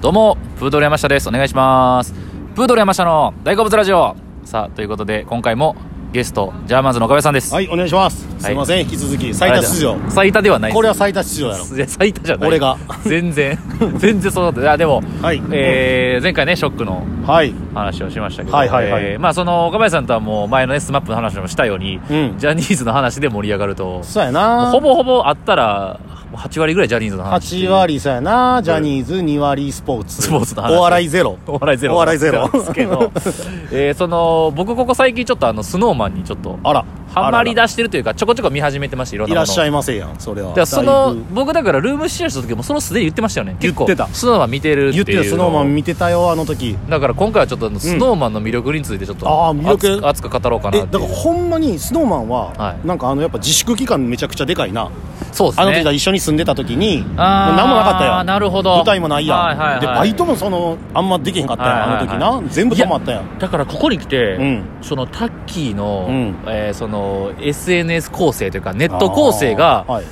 どうも、プードル山下です。お願いします。プードル山下の大好物ラジオ。さあ、ということで、今回もゲスト、ジャーマンズの岡部さんです。はいお願いしますすいません、引き続き最多出場最多ではないですこれは最多出場やろいや最多じゃない俺が全然 全然そうだったいやでも、はいえー前回ねショックのはい話をしましたけど、はいはいはいえーまあその岡林さんとはもう前のねスマップの話もしたように、うんジャニーズの話で盛り上がるとそうやもなうほぼほぼあったら8割ぐらいジャニーズの話8割そうやなジャニーズ2割スポーツスポーツの話お笑いゼロ お笑いゼロお笑いゼロなんですけ ど、えーその僕ここ最近ちょっとあのスノーマンにちょっとあらハマりだ出してるというかちょこちょこ見始めてましていろんいならもっのしゃいませやんそれはだからそのだいぶ僕だからルームシェアした時もその素で言ってましたよね結構言ってたスノーマン見てるってい言うってよスノーマン見てたよあの時だから今回はちょっとあのスノーマンの魅力についてちょっとあー魅力熱く熱く語ろうかえなだってからいうほんまにスノーマンは、はいなんかあのやっぱ自粛期間めちゃくちゃでかいな、そうですあのね時は一緒に住んでた時にあー何もなかったやんなるほど舞台もないやん、はいはいはいでバイトもそのあんまできへんかったやん、はいはいはいあの時な全部止まったやんだからここに来て、うんそのタッキーの,、うんえーその SNS 構成というかネット構成があーはい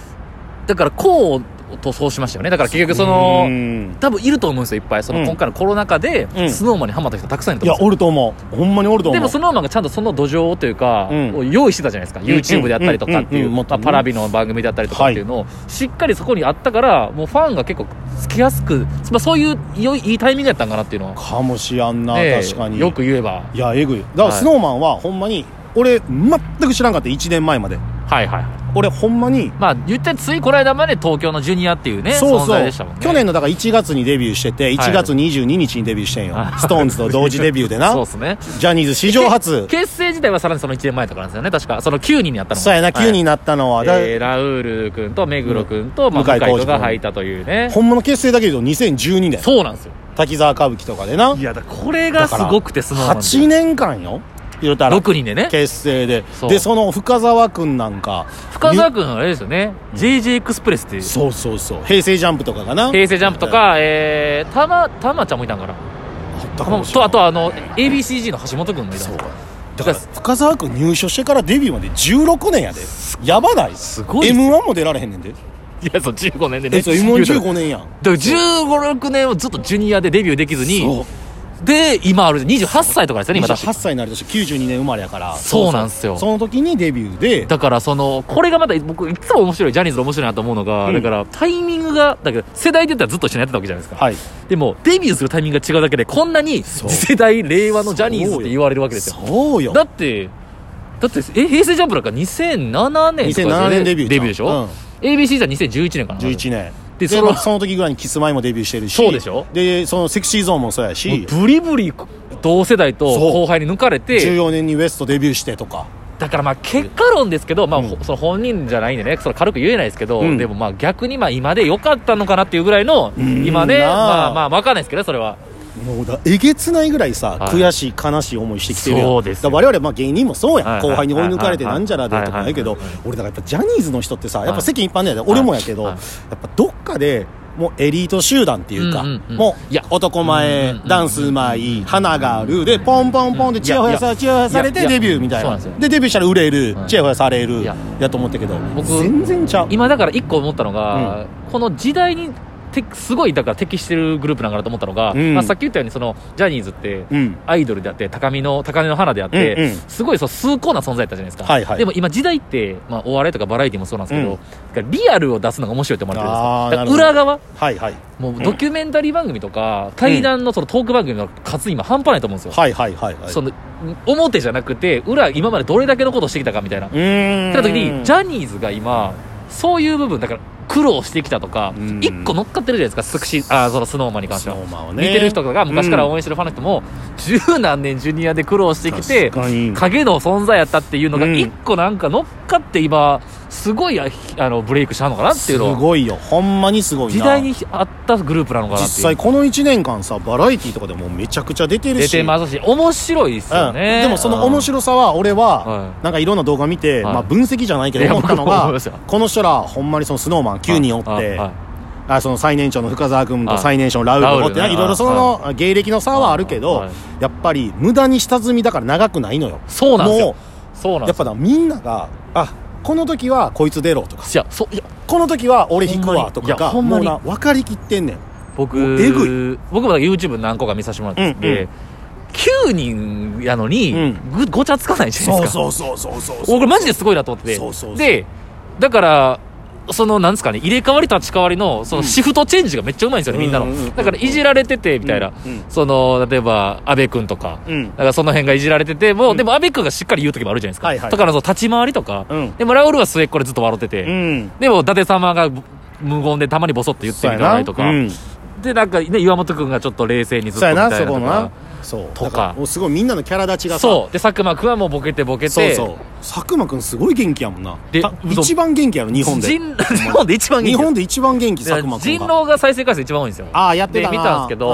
だからこうとそうしましたよねだから結局そうのん多分いると思うんですよいっぱいその、うん今回のコロナ禍で、うんスノーマンにハマった人たくさんいるといや思うんですよおると思うほんまにおると思うでもスノーマンがちゃんとその土壌というか、うんを用意してたじゃないですか、YouTube であったりとかっていう、うんうんうんうんもっとまあパラビの番組であったりとかっていうのを、しっかりそこにあったからもうファンが結構つきやすく、まあ、そういう良いいいタイミングやったんかなっていうのは、かもしやんな、ねえ確かによく言えばいやえぐいだからはいスノーマンはほんまに俺全く知らんかった1年前まではいはい俺ほんまにまあ言ってついこの間まで東京のジュニアっていうねそう存そ在うでしたもんね去年のだから1月にデビューしてて1月22日にデビューしてんよ、はいストーンズと同時デビューでな そうですねジャニーズ史上 初結成自体はさらにその1年前とかなんですよね確かその9人になったのがそうやなはい9になったのは、だえーラウール君と目黒君と、まあ、向向井井康二君が入ったというねほんまの結成だけで言うと2012年そうなんですよ滝沢歌舞伎とかでないやだこれがすごくてスノーマン8年間よ言うたら6人でね結成でそうでその深沢君なんか深澤君はあれですよね JJ エクスプレスっていうそうそうそう平成ジャンプとかかな平成ジャンプとかえーたまたまちゃんもいたんかなあったかもしれとなあいとあの ABCG の橋本君もいたそうのかだから深沢君入所してからデビューまで16年やでやばないすごいっす m 1も出られへんねんでいやそう15年でねえそう m 1 15 5年やんだから156年をずっとジュニアでデビューできずそにうで今ある28歳とかですよね今確か28歳になる年92年生まれやからそうなんすよその時にデビューでだからそのこれがまた僕いつも面白いジャニーズの面白いなと思うのが、うんだからタイミングがだけど世代で言ったらずっと一緒にやってたわけじゃないですか、はいでもデビューするタイミングが違うだけでこんなにそう次世代令和のジャニーズって言われるわけですよそうよだってだってえ平成ジャンプなんか2007年とかですよね2007年デビューデビューでしょ、ABC さん2011年かな11年ででそそののその時ぐらいにキスマイもデビューしてるしそうでしょでそのセクシーゾーンもそうやしもうブリブリ同世代とそう後輩に抜かれて14年にウエストデビューしてとかだからまあ結果論ですけど、まあ、ほその本人じゃないんでねその軽く言えないですけど、うんでもまあ逆にまあ今で良かったのかなっていうぐらいのん今ねなまああまあ分かんないですけどねそれはもうだえげつないぐらいさ、はい悔しい悲しい思いしてきてるやんそうですよだから我々まあ芸人もそうやん、はいはい後輩に追い抜かれてはいはいなんじゃらでとかないけど、はいはい俺だからやっぱジャニーズの人ってさやっはいぱ世間一般でやで、俺もやけど、はいやっぱどっかでもうエリート集団っていうか、うんうんうんもいやう男前、うんうんうんダンスうまい花があるでポンポンポンでチヤホヤいやいさやチヤホヤされいてやいやデビューみたいそうななんですよでデビューしたら売れる、はいチヤホヤされるいややと思ったけど僕全然ちゃう今だから一個思ったのが、この時代にてすごいだから適してるグループなんかなと思ったのが、うんまあ、さっき言ったようにそのジャニーズってうんアイドルであって高みの高嶺の花であって、うんうんすごいそう崇高な存在だったじゃないですか、はいはいでも今時代って、まあ、お笑いとかバラエティもそうなんですけど、うんだからリアルを出すのが面白いと思われてるんですよあーだからなるほど裏側はいはいもうドキュメンタリー番組とか、対談のそのトーク番組の数今半端ないと思うんですよ、はいはいはいはいその表じゃなくて裏今までどれだけのことをしてきたかみたいなうーんってなった時にジャニーズが今そういう部分だから苦労してきたとかうん一個乗っかってるじゃないですかセクシーあーそのスノーマンに関しては、スノーマンは似ねてる人とか昔から応援してるファンの人も十何年ジュニアで苦労してきて確かに影の存在やったっていうのがうん一個なんか乗っかって今すごいああのブレイクしたのかなっていうのをすごいよほんまにすごいな時代に合ったグループなのかなって実い際うこの1年間さバラエティーとかでもめちゃくちゃ出てる出してますし面白いですよね、うん、でもその面白さは俺ははいなんかいろんな動画見て、はいまあ、分析じゃないけいやど思ったの僕も思がいましたこの人らほんまにその SnowMan9 人おってああああその最年長の深澤君はとい最年少のラウル君おってラウルいろいろその芸歴の差はあるけはどいやっぱり無駄に下積みだから長くないのよそうなんですよもそうなんやでっすぱだみんながあこの時はこいつ出ろとかいやそういやこの時は俺引くわとかほがんまもうにいやな分かりきってんねん僕もうえぐ僕も YouTube 何個か見させてもらってて、うん9人やのに、うんぐごちゃつかないじゃないそでうすかそうそうそうそうおこれマジですごいなと思っててそうそうそうでだからそのなんですかね入れ替わり立ち替わりのそのシフトチェンジがめっちゃうまいんですよね、みんなうんうんうんうのんだからいじられててみたいな、うんうんその例えば阿部君とか、うんだからその辺がいじられてても、んでも阿部君がしっかり言う時もあるじゃないですか、はいはいだからその立ち回りとか、うんでもラウルは末っ子でずっと笑ってて、うんでも伊達様が無言でたまにボソッと言ってみたりとか、うんでなんかね岩本君がちょっと冷静にずっそうとやみたいななそことのなかそうとかだらもうすごいみんなのキャラ立ちがさそうで佐久間君はもうボケてボケてそうそう佐久間君すごい元気やもんなでたうどん一番元気やろ日本で人日本で一番日元気本で一番元気佐久間君人が狼が再生回数一番多いんですよああやってたなで見たんですけど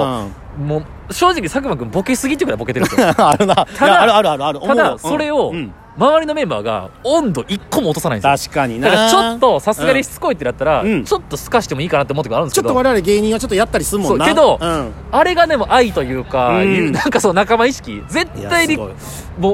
うん もう正直佐久間君ボケすぎっていうくらいボケてるんですよあるなたいやだあるあるあるあるた思うだわそれをうんうん周りのメンバーが温度一個も落とさないんですよ確かにだなからちょっとさすがにしつこいってなったら、うんちょっとすかしてもいいかなって思う時もあるんですけちょっどと我々芸人はちょっとやったりするもんなそうけどうんあれがでも愛というか、うんいうなんかその仲間意識絶対にいやもすう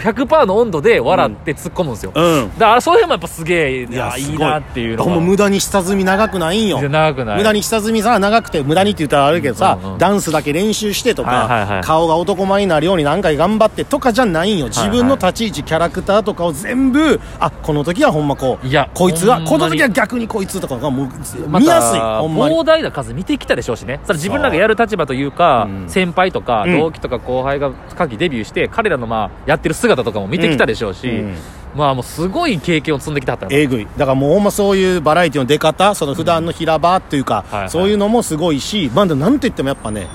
100%の温度で笑って突っ込むんですよ、うんだからそういうのもやっぱすげえいいややいすごいいなっていうのほんまが無駄に下積み長くないんよいや長くない無駄に下積みさ長くて無駄にって言ったらあるけどさ、うんうんダンスだけ練習してとか、はいはいはい顔が男前になるように何回頑張ってとかじゃないんよい自分の立ち位置キャラクターとかを全部あこの時はほんまこういやこいつはほんまこにの時は逆にこいつとかがもうまた見やすいほんまに膨大な数見てきたでしょうしねそれ自分らがやる立場というかそううん先輩とかうん同期とか後輩が夏季デビューして彼らのまあやってる姿とかも見てきたでしょうし、うんまあもうすごい経験を積んできたはったなえぐいだからもうほんまそういうバラエティの出方その普段の平場っていうか、うんはいはいそういうのもすごいしまあでもなんといってもやっぱね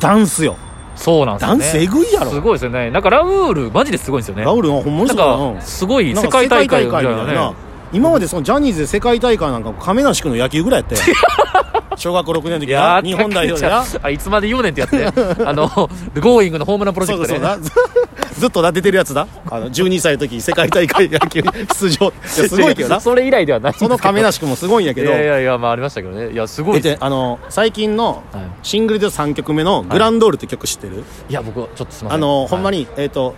ダンスよそうなんですダよンねスえぐいやろすごいですよねなんかラウールマジですごいんですよねラウルはほんまなにんすごいうんかすごいなん世か界大会み世たい界な大会みたいなね今までそのジャニーズで世界大会なんか亀梨君の野球ぐら いやったよ小学校6年の時な日本代表でなじゃあいつまで言うねんってやって あの「ゴーイングのホームランプロジェそうクだトそうで、だ ずっとな出てるやつだあの12歳の時世界大会野球に出場いやすごいけどなそそれ以来ではないんですけどの亀梨君もすごいんやけどいやいやいやまあありましたけどねいやすごい出ですてあの最近のはいシングルで3曲目の「グランドール」って曲知ってる、いや僕はちょっとすみませんあのほんまに、えっ、と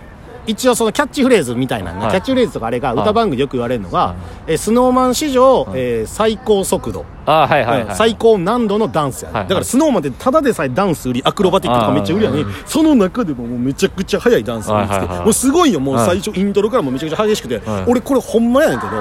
一応そのキャッチフレーズみたいなね、はいキャッチフレーズとかあれがはい歌番組でよく言われるのが、はいえースノーマン史上、いえー最高速度、あはいはい、うはんい、最高難度のダンスや、ねはいはいだからスノーマンってただでさえダンス売りアクロバティックとかめっちゃ売りやのにうんその中でももうめちゃくちゃ速いダンスを見つけはいてはいはいもうすごいよもうはい最初イントロからもうめちゃくちゃ激しくて、はい俺これほんまやねんけど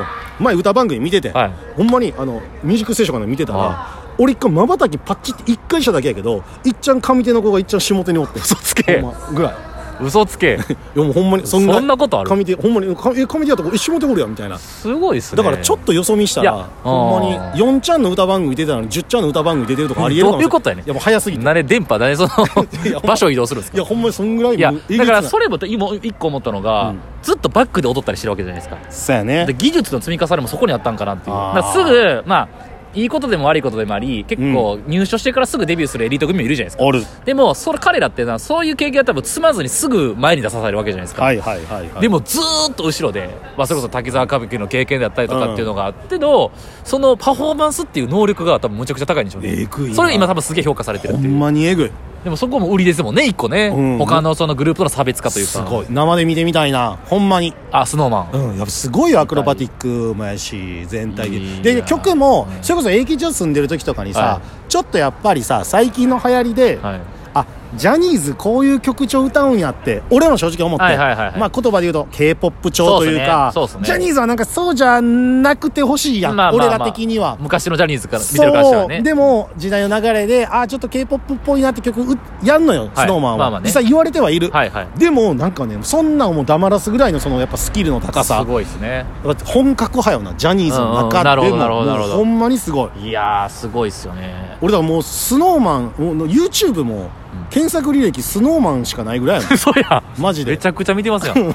前歌番組見てて、はいほんまにあのミュージックステーションから見てたら、は俺一回まばたきパッチって一回しただけやけどいっちゃん上手の子がいっちゃん下手におって嘘つけぐらい嘘つけいやもうほんまにそんなそんなことある上手ほんまにかえ上手やとこえ下手おるやんみたいなすごいですねだからちょっとよそ見したいやら、ほんまにあー4ちゃんの歌番組出てたのに10ちゃんの歌番組出てるとかありえるかもしれんどういうことやねんいやもう早すぎて。なれ電波だねそのいやほんま場所を移動するんですいかや、ほんまにそんぐらいいやもうえぐいだからつなそれも今一個思ったのが、うんずっとバックで踊ったりしてるわけじゃないですかそうやねで。技術の積み重ねもそこにあったんかなっていうあーだからすぐまあいいことでも悪いことでもあり結構入所してからすぐデビューするエリート組もいるじゃないですか、おる。でもそれ彼らっていうのはそういう経験は多分積まずにすぐ前に出さされるわけじゃないですか、はいはいはいはい。でもずーっと後ろで、まあ、それこそ滝沢歌舞伎の経験だったりとかっていうのがあっての、そのパフォーマンスっていう能力が多分むちゃくちゃ高いんでしょうねえぐいなそれ今多分すげえ評価されてるほっていんうまにえぐい。でもそこも売りですもんね一個ね、うん他のそのグループとの差別化というかすごい。生で見てみたいな。ほんまに。あスノーマン、うん。やっぱすごいアクロバティックもやし、全体いいな的で。で、曲も、それこそ永吉を住んでる時とかにはさ、ちょっとやっぱりさ、最近の流行りで、はい、あジャニーズこういう曲調歌うんやって俺も正直思って、はいはいはいはいまあ、言葉で言うと k p o p 調というかそうっすねそうっすねジャニーズはなんかそうじゃなくてほしいやん、まあまあまあ俺ら的には。昔のジャニーズから見てそるからしたらう、ねでも時代の流れであーちょっと k p o p っぽいなって曲うやんのよ、はい SnowMan は、まあまあね実際言われてはいる、はいはいでもなんかねそんなんをもう黙らすぐらいのそのやっぱスキルの高さすごいですねだって本格派よなジャニーズの中でうんうもんなるほどなるほどなるほどもうほんまにすごいいやーすごいっすよね俺だからもう SnowMan の YouTube も検索履歴 SnowMan しかないぐらいやも んそうやマジ でめちゃくちゃ見てますやん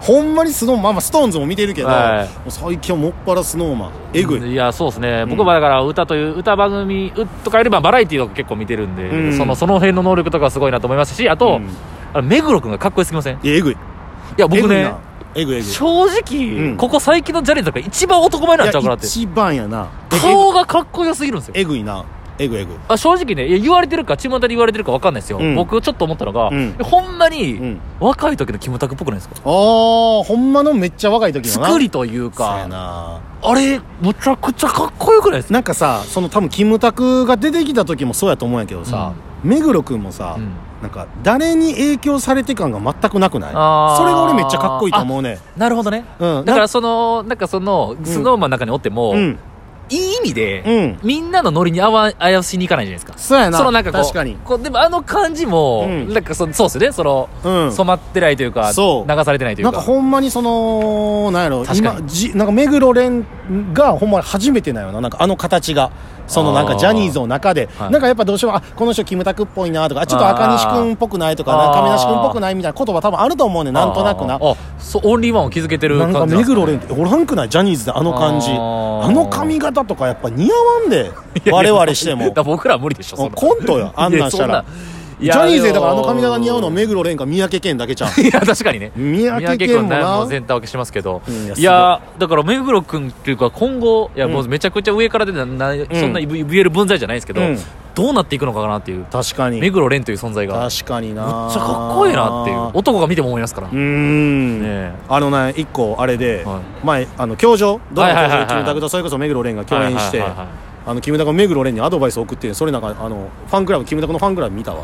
ほんまにスノーマン、まあまあ、ストーンズも見てるけど、はいもう最近はもっぱらスノーマン、 えぐい。いやそうですね、ん僕はだから歌という歌番組うとかよりばバラエティーとか結構見てるんで、うんそのその辺の能力とかはすごいなと思いますしあと、うんあの目黒君がかっこよすぎませんいいやえぐい。や僕えぐいねなえぐい、えぐい。正直、うんここ最近のジャニーズが一番男前なんちゃうかいなやって一番やな。え顔がかっこよすぎるんですよえぐいな。えぐえぐあ正直ねいや言われてるか巷で言われてるか分かんないですよ、うん僕ちょっと思ったのが、うんほんまに、うん若い時のキムタクっぽくないですかあーほんまのめっちゃ若い時のな作りというそうやかなあれむちゃくちゃかっこよくないですかなんかさその多分キムタクが出てきた時もそうやと思うんやけどさ、目黒君もさ、うんなんか誰に影響されて感が全くなくないあーそれが俺めっちゃかっこいいと思うねなるほどねうんだからそのなんかそのスノーマンの中におっても、うんいい意味で、うんみんなのノリに合わ合わしに行かないじゃないですかそうやなそのなんかこう確かにこうでもあの感じも、うんなんかそのそうですよねその、うん染まってないというかそう流されてないというなかんかほんまにそのなんやろ確かに今じなんか目黒蓮がほんまに初めてなよななんかあの形がそのなんあかージャニーズの中で、はいなんかやっぱどうしてもあこの人キムタクっぽいなとかあちょっと赤西君っぽくないとかあーな亀梨君っぽくないみたいな言葉多分あると思うねんなんとなくなああそうオンリーワンを築けてる感なんじかんですね目黒蓮っておらんくないジャニーズであの感じああーの髪型とかやっぱ似合わんで我々して いやもだから僕らは無理でしょそんなコントよあんなんしたいやそらんないジやャニーズでだからあの髪型似合うのはよ目黒蓮か三宅健だけじゃんいや確かにね三宅 三健も宅な全体分けしてますけど、うんいやいやだから目黒君っていうか今後いやもうめちゃくちゃ上からでなな、そんな言える分際じゃないですけど、うんどうなっていくのかなっていう確かに目黒蓮という存在がめっち確かになゃかっこいいなっていう男が見ても思いますから、うーん、ねえあのね一個あれで、は前あの教場どのはいは教いはい場はいでキムタクとそれこそ目黒蓮が共演して、はいはいはいはいあのキムタクが目黒蓮にアドバイスを送ってそれなんかあのファンクラブキムタクのファンクラブ見た わ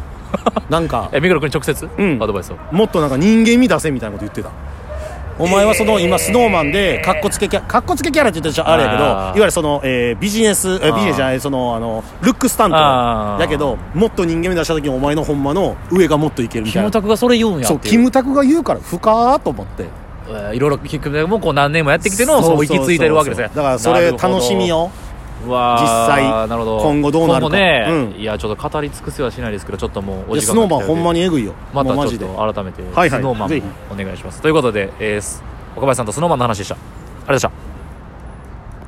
なんかえ目黒君に直接、うんアドバイスをもっとなんか人間味出せみたいなこと言ってたお前はその、今スノーマンでかっこつけキャラかっこつけキャラって言ってたじゃんあれやけどいあーわゆるその、えービジネスえあーービジネスじゃないそのあのルックスタントあーやけどもっと人間味出した時にお前のほんまの上がもっといけるみキたいムなタクがそれ言うんやそうってキいうムタクが言うから深ーと思ってえーいろいろキムタクもこう何年もやってきてのその行き着いてるわけですねそうそうそうだからそれ楽しみようわー実際なるほど今後どうなるか今後ね、ういやちょっと語り尽くせはしないですけどちょっともうおいや時ス間ノーがマ来ンたようほでんまにえぐいよまたもうマちょジっでと改めてはいスノーマンぜひお願いしますということで、えー、す若林さんとスノーマンの話でしたありがとうございました